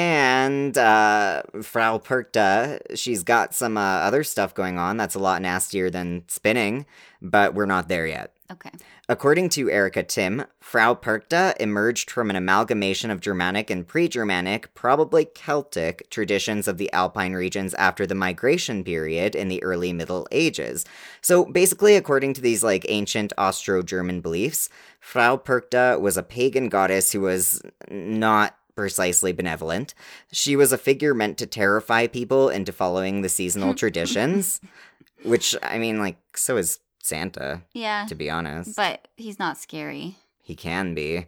Speaker 1: And uh, Frau Perkta, she's got some uh, other stuff going on that's a lot nastier than spinning, but we're not there yet.
Speaker 2: Okay.
Speaker 1: According to Erica Tim, Frau Perkta emerged from an amalgamation of Germanic and pre Germanic, probably Celtic, traditions of the Alpine regions after the migration period in the early Middle Ages. So basically, according to these like ancient Austro German beliefs, Frau Perkta was a pagan goddess who was not precisely benevolent. She was a figure meant to terrify people into following the seasonal traditions, which, I mean, like, so is Santa,
Speaker 2: Yeah,
Speaker 1: to be honest.
Speaker 2: but he's not scary.
Speaker 1: He can be,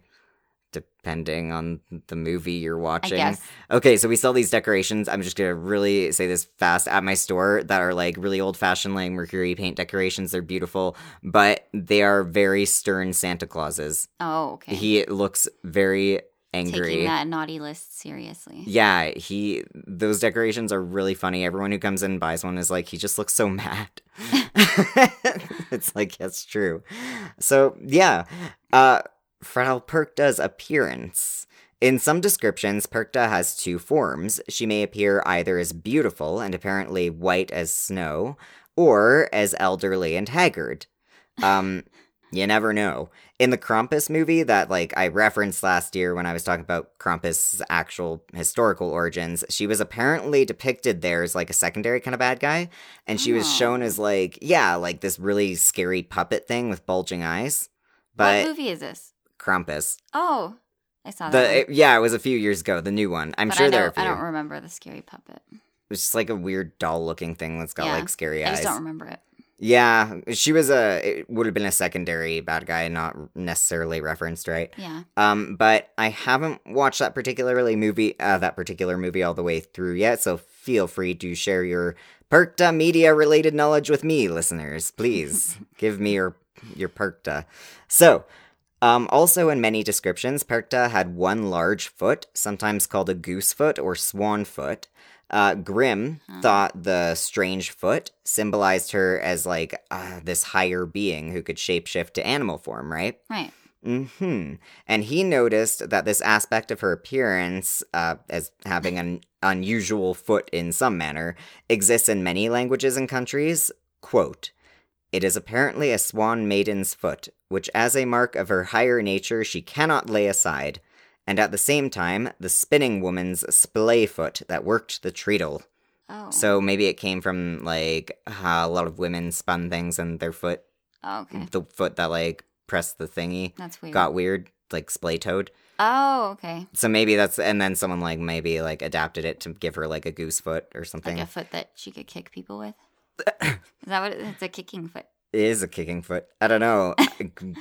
Speaker 1: depending on the movie you're
Speaker 2: I
Speaker 1: watching.
Speaker 2: guess.
Speaker 1: Okay, so we sell these decorations. I'm just gonna really say this fast at my store that are like really old fashioned, like mercury paint decorations. They're beautiful, but they are very stern Santa Clauses.
Speaker 2: Oh, okay.
Speaker 1: He looks very angry.
Speaker 2: Taking that naughty list seriously.
Speaker 1: Yeah, he those decorations are really funny. Everyone who comes in and buys one is like, he just looks so mad. it's like that's true. So yeah, uh, Frau Perkta's appearance In some descriptions, Perkta has two forms. She may appear either as beautiful and apparently white as snow, or as elderly and haggard. Um, you never know. In the Krampus movie that like I referenced last year when I was talking about Krampus' actual historical origins, she was apparently depicted there as like a secondary kind of bad guy, and she was
Speaker 2: Oh.
Speaker 1: shown as like yeah, like this really scary puppet thing with bulging eyes.
Speaker 2: what
Speaker 1: But
Speaker 2: movie is this?
Speaker 1: Krampus,
Speaker 2: Oh, I saw that.
Speaker 1: the
Speaker 2: one.
Speaker 1: it- yeah, it was a few years ago. The new one. I'm
Speaker 2: But
Speaker 1: sure
Speaker 2: I
Speaker 1: there are a
Speaker 2: don't-
Speaker 1: few.
Speaker 2: I don't remember the scary puppet.
Speaker 1: It's just like a weird doll looking thing that's got
Speaker 2: Yeah.
Speaker 1: like scary
Speaker 2: I
Speaker 1: eyes.
Speaker 2: just don't remember it.
Speaker 1: Yeah, she was a. It would have been a secondary bad guy, not necessarily referenced, right?
Speaker 2: Yeah.
Speaker 1: Um, but I haven't watched that particularly movie, uh, that particular movie all the way through yet. So feel free to share your Perkta media related knowledge with me, listeners. Please give me your your Perkta. So. Um, also, in many descriptions, Perkta had one large foot, sometimes called a goose foot or swan foot. Uh, Grimm
Speaker 2: Huh.
Speaker 1: thought the strange foot symbolized her as like uh, this higher being who could shapeshift to animal form, right?
Speaker 2: Right.
Speaker 1: Hmm. And he noticed that this aspect of her appearance, uh, as having an unusual foot in some manner, exists in many languages and countries. Quote: "It is apparently a swan maiden's foot, which, as a mark of her higher nature, she cannot lay aside, and at the same time, the spinning woman's splay foot that worked the treadle."
Speaker 2: Oh.
Speaker 1: So maybe it came from like how a lot of women spun things and their foot,
Speaker 2: Oh, okay.
Speaker 1: the foot that like pressed the thingy
Speaker 2: That's weird.
Speaker 1: got weird, like splay toed.
Speaker 2: Oh, okay.
Speaker 1: So maybe that's and then someone like maybe like adapted it to give her like a goose foot or something.
Speaker 2: Like a foot that she could kick people with. Is that what it, it's a kicking foot?
Speaker 1: It is a kicking foot. I don't know.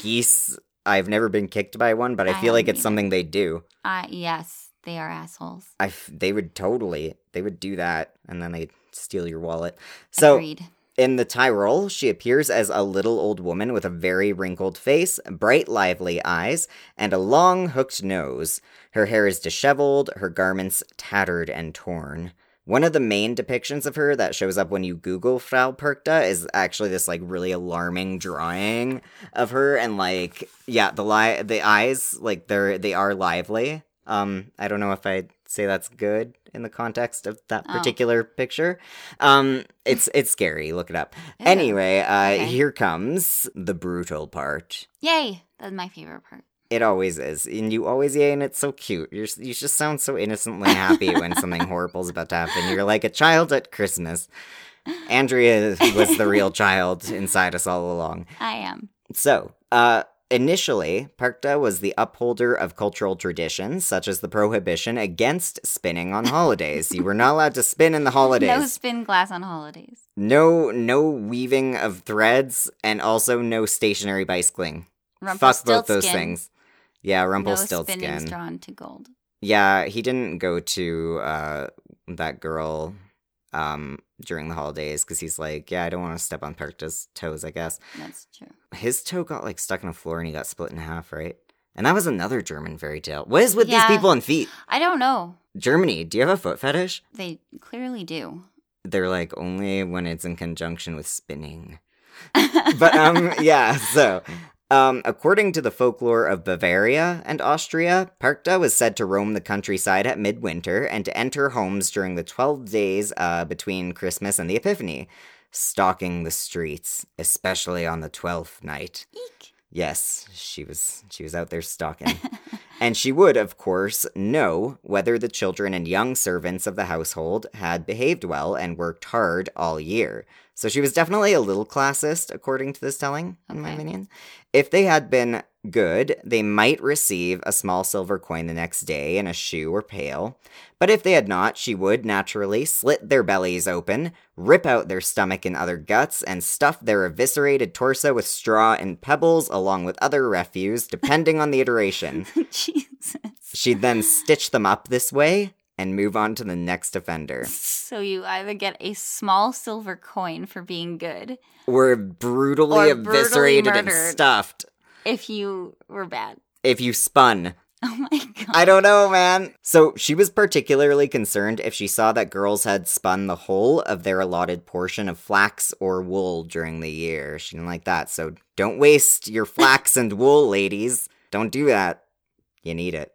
Speaker 1: Geese I've never been kicked by one, but I
Speaker 2: I
Speaker 1: feel like
Speaker 2: haven't
Speaker 1: it's something they do.
Speaker 2: Uh yes, they are assholes.
Speaker 1: I f- they would totally they would do that and then they'd steal your wallet. So
Speaker 2: Agreed.
Speaker 1: In the Tyrol, she appears as a little old woman with a very wrinkled face, bright, lively eyes, and a long, hooked nose. Her hair is disheveled, her garments tattered and torn. One of the main depictions of her that shows up when you Google Frau Perkta is actually this like really alarming drawing of her, and like yeah, the li- the eyes like they're they are lively. Um, I don't know if I'd say that's good in the context of that
Speaker 2: Oh.
Speaker 1: particular picture. Um, it's it's scary. Look it up.
Speaker 2: Ew.
Speaker 1: Anyway, uh,
Speaker 2: Okay.
Speaker 1: here comes the brutal part.
Speaker 2: Yay! That's my favorite part.
Speaker 1: It always is, and you always yeah, and it's so cute. You're you just sound so innocently happy when something horrible's about to happen. You're like a child at Christmas. Andrea was the real child inside us all along.
Speaker 2: I am.
Speaker 1: So, uh, initially, Parkta was the upholder of cultural traditions, such as the prohibition against spinning on holidays. you were not allowed to spin in the holidays.
Speaker 2: No spin glass on holidays.
Speaker 1: No, no weaving of threads, and also no stationary bicycling. Fuck both those
Speaker 2: Rumpelstiltskin,
Speaker 1: things. Yeah,
Speaker 2: No spinning's
Speaker 1: Rumpelstiltskin.
Speaker 2: drawn to gold.
Speaker 1: yeah, he didn't go to uh, that girl um, during the holidays because he's like, yeah, I don't want to step on Perkta's toes. I guess
Speaker 2: That's true.
Speaker 1: his toe got like stuck in a floor and he got split in half, right? And that was another German fairy tale. What is with
Speaker 2: Yeah.
Speaker 1: these people and feet?
Speaker 2: I don't know.
Speaker 1: Germany, do you have a foot fetish?
Speaker 2: They clearly do.
Speaker 1: They're like only when it's in conjunction with spinning. but um yeah so um, according to the folklore of Bavaria and Austria, Parkta was said to roam the countryside at midwinter and to enter homes during the 12 days uh, between Christmas and the Epiphany, stalking the streets, especially on the 12th night.
Speaker 2: Eek.
Speaker 1: Yes, she was she was out there stalking. and she would, of course, know whether the children and young servants of the household had behaved well and worked hard all year. So she was definitely a little classist, according to this telling, in my
Speaker 2: Okay.
Speaker 1: opinion. If they had been good, they might receive a small silver coin the next day and a shoe or pail. But if they had not, she would naturally slit their bellies open, rip out their stomach and other guts, and stuff their eviscerated torso with straw and pebbles along with other refuse, depending on the iteration.
Speaker 2: Jesus.
Speaker 1: She'd then stitch them up this way and move on to the next offender.
Speaker 2: So you either get a small silver coin for being good
Speaker 1: Were brutally
Speaker 2: Or brutally
Speaker 1: eviscerated and
Speaker 2: murdered.
Speaker 1: stuffed
Speaker 2: if you were bad.
Speaker 1: if you spun.
Speaker 2: Oh my god.
Speaker 1: I don't know, man. So she was particularly concerned if she saw that girls had spun the whole of their allotted portion of flax or wool during the year. She didn't like that. So don't waste your flax and wool, ladies. Don't do that. You need it.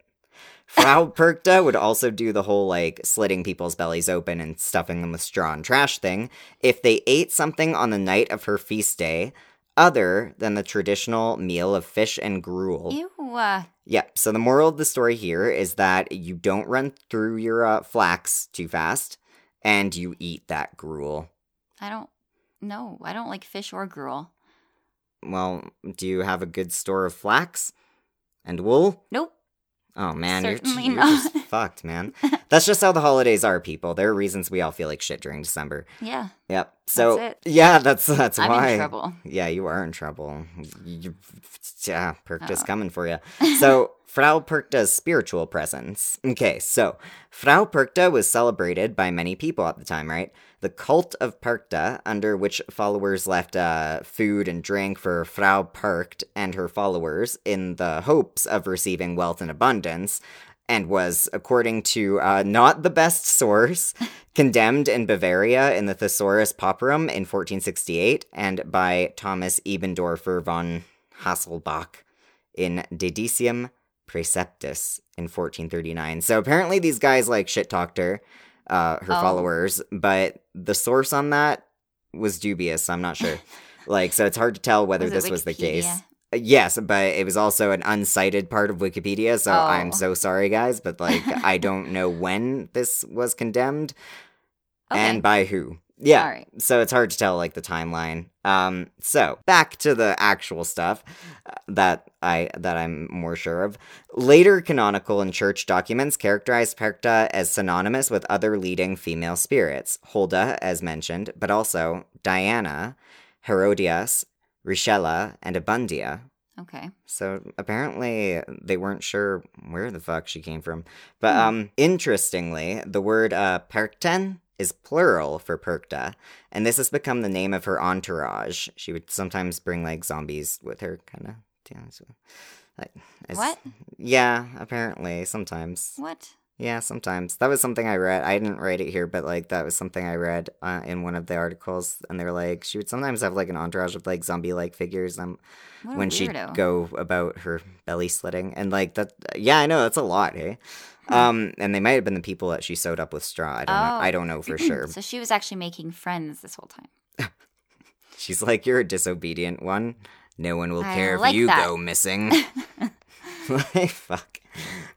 Speaker 1: Frau Perkta would also do the whole like slitting people's bellies open and stuffing them with straw and trash thing if they ate something on the night of her feast day other than the traditional meal of fish and gruel.
Speaker 2: Ew. uh,
Speaker 1: Yep. So the moral of the story here is that you don't run through your uh, flax too fast, and you eat that gruel.
Speaker 2: I don't. No, I don't like fish or gruel.
Speaker 1: Well, do you have a good store of flax and wool?
Speaker 2: Nope.
Speaker 1: Oh man,
Speaker 2: Certainly
Speaker 1: you're,
Speaker 2: not.
Speaker 1: you're just fucked, man. That's just how the holidays are, people. There are reasons we all feel like shit during December.
Speaker 2: Yeah,
Speaker 1: Yep. So
Speaker 2: That's
Speaker 1: yeah, that's that's
Speaker 2: I'm
Speaker 1: why.
Speaker 2: in trouble.
Speaker 1: Yeah, you are in trouble. You, yeah, Perkta's
Speaker 2: Oh.
Speaker 1: coming for you. So, Frau Perkta's spiritual presence. Okay, so Frau Perkta was celebrated by many people at the time, right? The cult of Perkta, under which followers left uh, food and drink for Frau Perkt and her followers in the hopes of receiving wealth and abundance, and was, according to uh, not the best source, condemned in Bavaria in the Thesaurus Pauperum in 1468 and by Thomas Ebendorfer von Hasselbach in Dedicium Preceptus in 1439. So apparently these guys like shit talked her, uh, her
Speaker 2: Oh.
Speaker 1: followers, but the source on that was dubious. I'm not sure. like, so it's hard to tell whether
Speaker 2: Was it
Speaker 1: this was the case.
Speaker 2: Wikipedia?
Speaker 1: Uh, Yes, but it was also an unsighted part of Wikipedia, so
Speaker 2: Oh.
Speaker 1: I'm so sorry, guys. But like, I don't know when this was condemned
Speaker 2: Okay.
Speaker 1: and by who. Yeah.
Speaker 2: All right.
Speaker 1: So it's hard to tell like the timeline. Um so back to the actual stuff uh, that I that I'm more sure of. Later canonical and church documents characterize Perkta as synonymous with other leading female spirits, Hulda as mentioned, but also Diana, Herodias, Richella, and Abundia.
Speaker 2: Okay.
Speaker 1: So apparently they weren't sure where the fuck she came from. But
Speaker 2: Hmm.
Speaker 1: um interestingly, the word uh perkten is plural for perkta, and this has become the name of her entourage. She would sometimes bring like zombies with her kind of like, it's-
Speaker 2: What?
Speaker 1: Yeah, apparently sometimes.
Speaker 2: What?
Speaker 1: Yeah, sometimes. That was something I read. I didn't write it here, but like that was something I read uh, in one of the articles and they're like she would sometimes have like an entourage of like zombie like figures. I'm
Speaker 2: What a
Speaker 1: when she'd
Speaker 2: Oh, weirdo.
Speaker 1: go about her belly slitting and like that yeah i know that's a lot hey um and they might have been the people that she sewed up with straw i don't know
Speaker 2: Oh.
Speaker 1: i don't know for sure
Speaker 2: So she was actually making friends this whole time.
Speaker 1: she's like you're a disobedient one no one will
Speaker 2: I
Speaker 1: care
Speaker 2: like
Speaker 1: if you
Speaker 2: that.
Speaker 1: go missing like fuck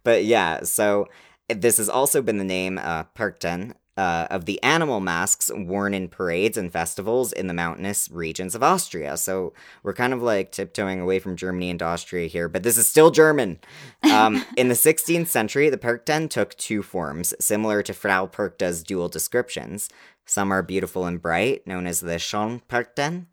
Speaker 1: but yeah so this has also been the name uh perkten uh, of the animal masks worn in parades and festivals in the mountainous regions of Austria. So we're kind of like tiptoeing away from Germany into Austria here, but this is still German. Um, in the 16th century, the Perkten took two forms, similar to Frau Perkta's dual descriptions. Some are beautiful and bright, known as the Schön Perkten,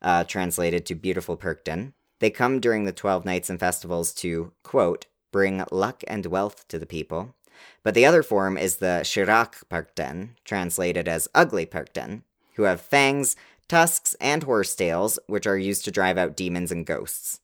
Speaker 1: uh, translated to beautiful Perkten. They come during the 12 nights and festivals to, quote, bring luck and wealth to the people. But the other form is the Chirac Perkten, translated as ugly Perkten, who have fangs, tusks, and horse tails, which are used to drive out demons and ghosts.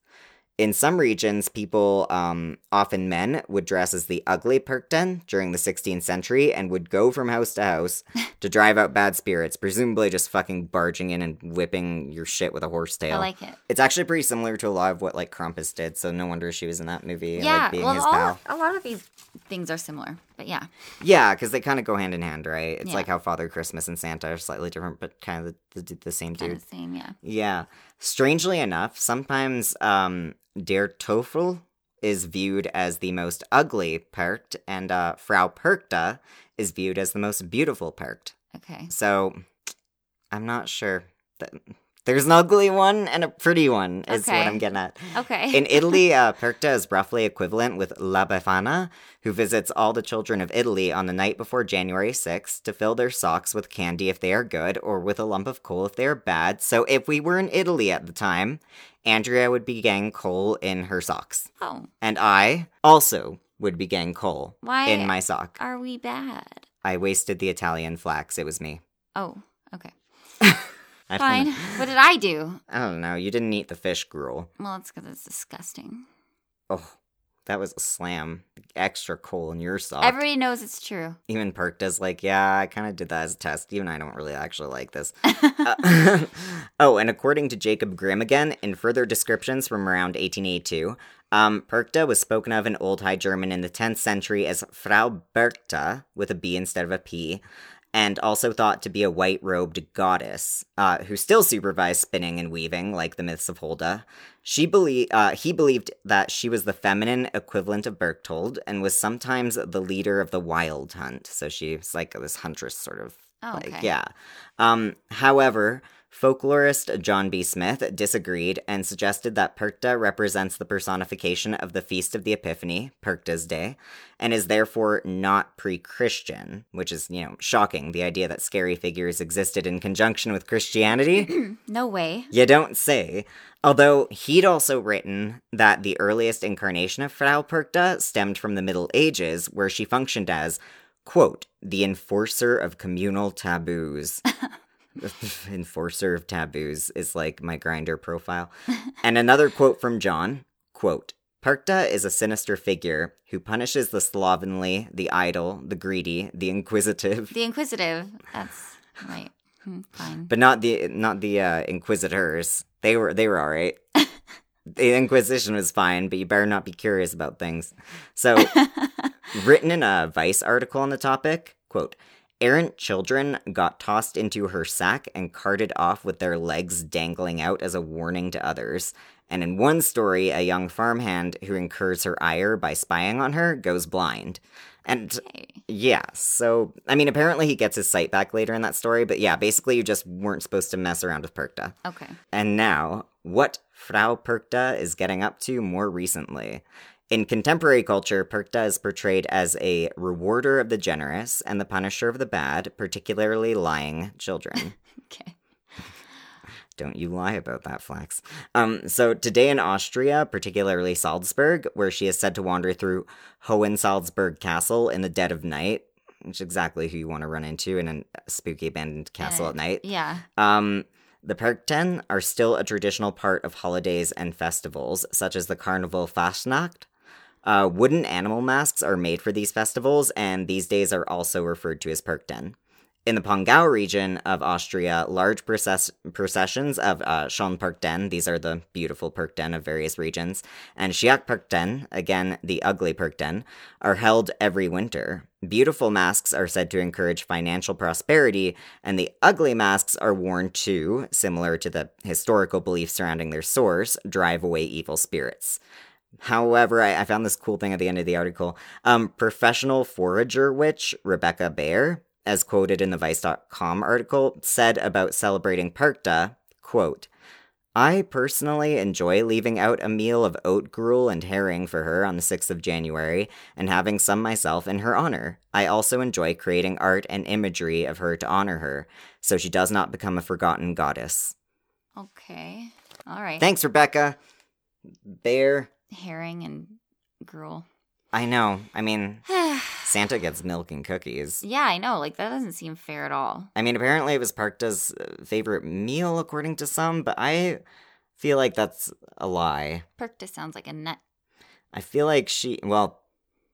Speaker 1: In some regions, people, um, often men, would dress as the ugly Perkten during the 16th century and would go from house to house to drive out bad spirits, presumably just fucking barging in and whipping your shit with a horse tail.
Speaker 2: I like it.
Speaker 1: It's actually pretty similar to a lot of what like Krampus did, so no wonder she was in that movie,
Speaker 2: yeah.
Speaker 1: like being
Speaker 2: well,
Speaker 1: his
Speaker 2: all
Speaker 1: pal.
Speaker 2: a lot of these things are similar, but yeah.
Speaker 1: Yeah, because they kind of go hand in hand, right? It's
Speaker 2: Yeah.
Speaker 1: like how Father Christmas and Santa are slightly different, but kind of the, the, the same
Speaker 2: Kind
Speaker 1: dude.
Speaker 2: of same, yeah.
Speaker 1: Yeah. Strangely enough, sometimes um, Der Teufel is viewed as the most ugly perked, and uh, Frau Perkta is viewed as the most beautiful perked.
Speaker 2: Okay.
Speaker 1: So I'm not sure. Th- There's an ugly one and a pretty one, is
Speaker 2: Okay.
Speaker 1: what I'm getting at.
Speaker 2: Okay.
Speaker 1: In Italy, uh, Perkta is roughly equivalent with La Befana, who visits all the children of Italy on the night before January 6th to fill their socks with candy if they are good or with a lump of coal if they are bad. So if we were in Italy at the time, Andrea would be getting coal in her socks.
Speaker 2: oh,
Speaker 1: And I also would be getting coal
Speaker 2: why
Speaker 1: in my sock.
Speaker 2: are we bad?
Speaker 1: I wasted the Italian flax. It was me.
Speaker 2: Oh, okay.
Speaker 1: I don't
Speaker 2: Fine.
Speaker 1: know.
Speaker 2: what did I do?
Speaker 1: I don't know. You didn't eat the fish gruel.
Speaker 2: Well, it's because it's disgusting.
Speaker 1: Oh, that was a slam. Extra coal in your sock.
Speaker 2: Everybody knows it's true.
Speaker 1: even Perk does like, yeah, I kind of did that as a test. Even I don't really actually like this. Uh, oh, and according to Jacob Grimm again, in further descriptions from around 1882, Um, Perkta was spoken of in Old High German in the 10th century as Frau Berkta, with a B instead of a P, and also thought to be a white robed goddess uh, who still supervised spinning and weaving, like the myths of Holda. She belie- uh, he believed that she was the feminine equivalent of Berchtold and was sometimes the leader of the wild hunt. So she's like this huntress sort of
Speaker 2: Oh,
Speaker 1: like,
Speaker 2: okay.
Speaker 1: yeah. Um, however, folklorist John B. Smith disagreed and suggested that Perkta represents the personification of the Feast of the Epiphany, Perkta's Day, and is therefore not pre Christian, which is, you know, shocking the idea that scary figures existed in conjunction with Christianity.
Speaker 2: No way.
Speaker 1: You don't say. Although he'd also written that the earliest incarnation of Frau Perkta stemmed from the Middle Ages, where she functioned as, quote, the enforcer of communal taboos. enforcer of taboos is like my grinder profile. And another quote from John, quote, Perkta is a sinister figure who punishes the slovenly, the idle, the greedy, the inquisitive,
Speaker 2: The Inquisitive. That's right. Hmm, Fine.
Speaker 1: but not the not the uh, inquisitors. They were they were all right. the Inquisition was fine, but you better not be curious about things. So, written in a Vice article on the topic, quote. Errant children got tossed into her sack and carted off with their legs dangling out as a warning to others. And in one story, a young farmhand who incurs her ire by spying on her goes blind. And
Speaker 2: Okay.
Speaker 1: yeah, so I mean, apparently he gets his sight back later in that story, but yeah, basically you just weren't supposed to mess around with Perkta.
Speaker 2: Okay.
Speaker 1: And now, what Frau Perkta is getting up to more recently. In contemporary culture, Perkta is portrayed as a rewarder of the generous and the punisher of the bad, particularly lying children.
Speaker 2: Okay.
Speaker 1: Don't you lie about that, Flax. Um, so today in Austria, particularly Salzburg, where she is said to wander through Hohensalzburg Castle in the dead of night, which is exactly who you want to run into in a spooky abandoned castle at night.
Speaker 2: Yeah.
Speaker 1: Um, the Perkten are still a traditional part of holidays and festivals, such as the Carnival Fastnacht. Uh, wooden animal masks are made for these festivals, and these days are also referred to as Perkten. In the Pongau region of Austria, large process- processions of uh, Schönperkten, these are the beautiful Perkten of various regions, and Schiakperkten, again the ugly Perkten, are held every winter. Beautiful masks are said to encourage financial prosperity, and the ugly masks are worn to, similar to the historical belief surrounding their source, drive away evil spirits. However, I, I found this cool thing at the end of the article. Um, professional forager witch Rebecca Baer, as quoted in the Vice.com article, said about celebrating Perkta, quote, I personally enjoy leaving out a meal of oat gruel and herring for her on the 6th of January and having some myself in her honor. I also enjoy creating art and imagery of her to honor her, so she does not become a forgotten goddess.
Speaker 2: Okay. All right.
Speaker 1: Thanks, Rebecca. Bear.
Speaker 2: Herring and gruel.
Speaker 1: I know. I mean,
Speaker 2: yeah,
Speaker 1: Santa gets milk and cookies.
Speaker 2: I know. Like that doesn't seem fair at all.
Speaker 1: I mean, apparently it was Parkta's uh, favorite meal, according to some, but I feel like that's a lie.
Speaker 2: Perkta sounds like a nut.
Speaker 1: I feel like she, well,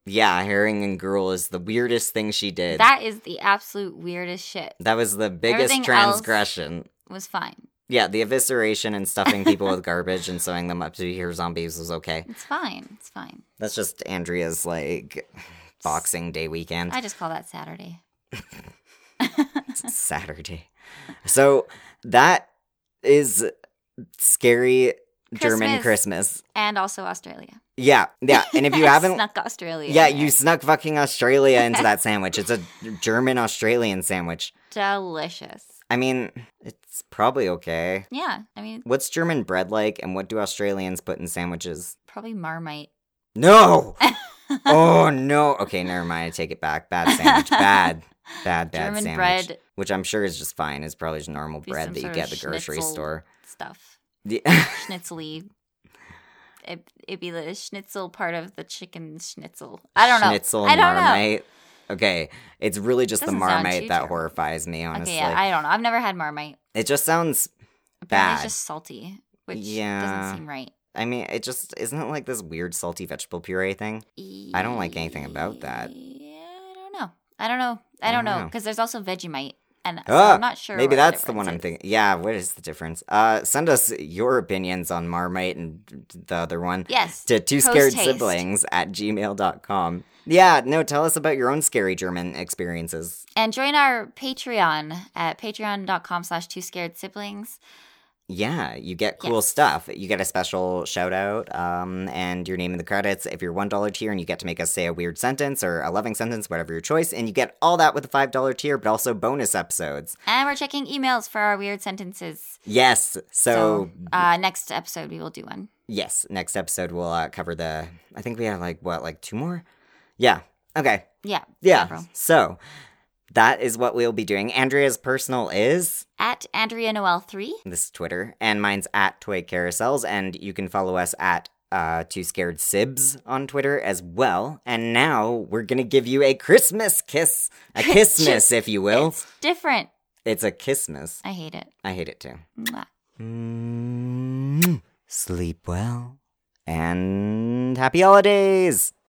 Speaker 1: yeah, herring and gruel is the weirdest thing she did.
Speaker 2: That is the absolute weirdest shit.
Speaker 1: that was the biggest
Speaker 2: Everything else-
Speaker 1: transgression.
Speaker 2: Was fine.
Speaker 1: Yeah, the evisceration and stuffing people with garbage and sewing them up to hear zombies was okay.
Speaker 2: It's fine. It's fine.
Speaker 1: That's just Andrea's like Boxing Day weekend.
Speaker 2: I just call that Saturday.
Speaker 1: Saturday. So that is scary German
Speaker 2: Christmas.
Speaker 1: Christmas.
Speaker 2: And also Australia.
Speaker 1: Yeah, yeah. And if you
Speaker 2: I
Speaker 1: haven't,
Speaker 2: snuck Australia.
Speaker 1: yeah,
Speaker 2: in
Speaker 1: you
Speaker 2: there.
Speaker 1: snuck fucking Australia into that sandwich. It's a German Australian sandwich.
Speaker 2: delicious.
Speaker 1: I mean, it's probably okay.
Speaker 2: Yeah, I mean
Speaker 1: What's German bread like, and what do Australians put in sandwiches?
Speaker 2: probably Marmite.
Speaker 1: No. oh no. Okay, never mind. I take it back. Bad sandwich. Bad, bad, bad
Speaker 2: German
Speaker 1: sandwich.
Speaker 2: bread
Speaker 1: Which I'm sure is just fine. It's probably just normal
Speaker 2: Be
Speaker 1: bread
Speaker 2: some
Speaker 1: that you
Speaker 2: sort
Speaker 1: get
Speaker 2: of
Speaker 1: at the grocery
Speaker 2: schnitzel.
Speaker 1: store.
Speaker 2: stuff,
Speaker 1: The-
Speaker 2: schnitzely. It, it'd be the schnitzel part of the chicken schnitzel. I don't know.
Speaker 1: Schnitzel
Speaker 2: I don't
Speaker 1: marmite. Okay, it's really just the
Speaker 2: Doesn't sound too
Speaker 1: marmite that
Speaker 2: terrible.
Speaker 1: horrifies me.
Speaker 2: know.
Speaker 1: Honestly,
Speaker 2: Okay, yeah, I don't know. I've never had Marmite.
Speaker 1: it just sounds.
Speaker 2: Apparently
Speaker 1: Bad.
Speaker 2: It's just salty, which
Speaker 1: Yeah.
Speaker 2: doesn't seem right.
Speaker 1: I mean, it just isn't it like this weird salty vegetable puree thing. I don't like anything about that.
Speaker 2: Yeah, I don't know. I don't know. I don't know
Speaker 1: know.
Speaker 2: because there's also Vegemite, and so
Speaker 1: Ah,
Speaker 2: I'm not sure.
Speaker 1: Maybe
Speaker 2: what
Speaker 1: that's the one
Speaker 2: difference
Speaker 1: I'm
Speaker 2: is.
Speaker 1: thinking. Yeah, what is the difference? Uh, send us your opinions on Marmite and the other one
Speaker 2: Yes,
Speaker 1: to two
Speaker 2: Post
Speaker 1: scared
Speaker 2: haste.
Speaker 1: siblings at gmail.com. Yeah, no, tell us about your own scary German experiences.
Speaker 2: and join our Patreon at patreon.com/slash two scared siblings.
Speaker 1: Yeah, you get cool stuff. You get a special shout out um, and your name in the credits if you're $1 tier and you get to make us say a weird sentence or a loving sentence, whatever your choice. And you get all that with the $5 tier, but also bonus episodes.
Speaker 2: And we're checking emails for our weird sentences.
Speaker 1: Yes. So,
Speaker 2: uh, next episode we will do one.
Speaker 1: yes, next episode we'll uh, cover the. I think we have like, what, like two more? Yeah. Okay.
Speaker 2: Yeah.
Speaker 1: Yeah.
Speaker 2: several.
Speaker 1: So that is what we'll be doing. Andrea's personal is.
Speaker 2: At Andrea Noel three.
Speaker 1: This is Twitter, and mine's at Toy Carousels, and you can follow us at uh, Two Scared Sibs on Twitter as well. And now we're gonna give you a Christmas kiss, a kissmas, if you will.
Speaker 2: It's different.
Speaker 1: It's a kissmas.
Speaker 2: I hate it.
Speaker 1: I hate it too.
Speaker 2: Mwah.
Speaker 1: Mm-hmm. Mm, Sleep well and happy holidays.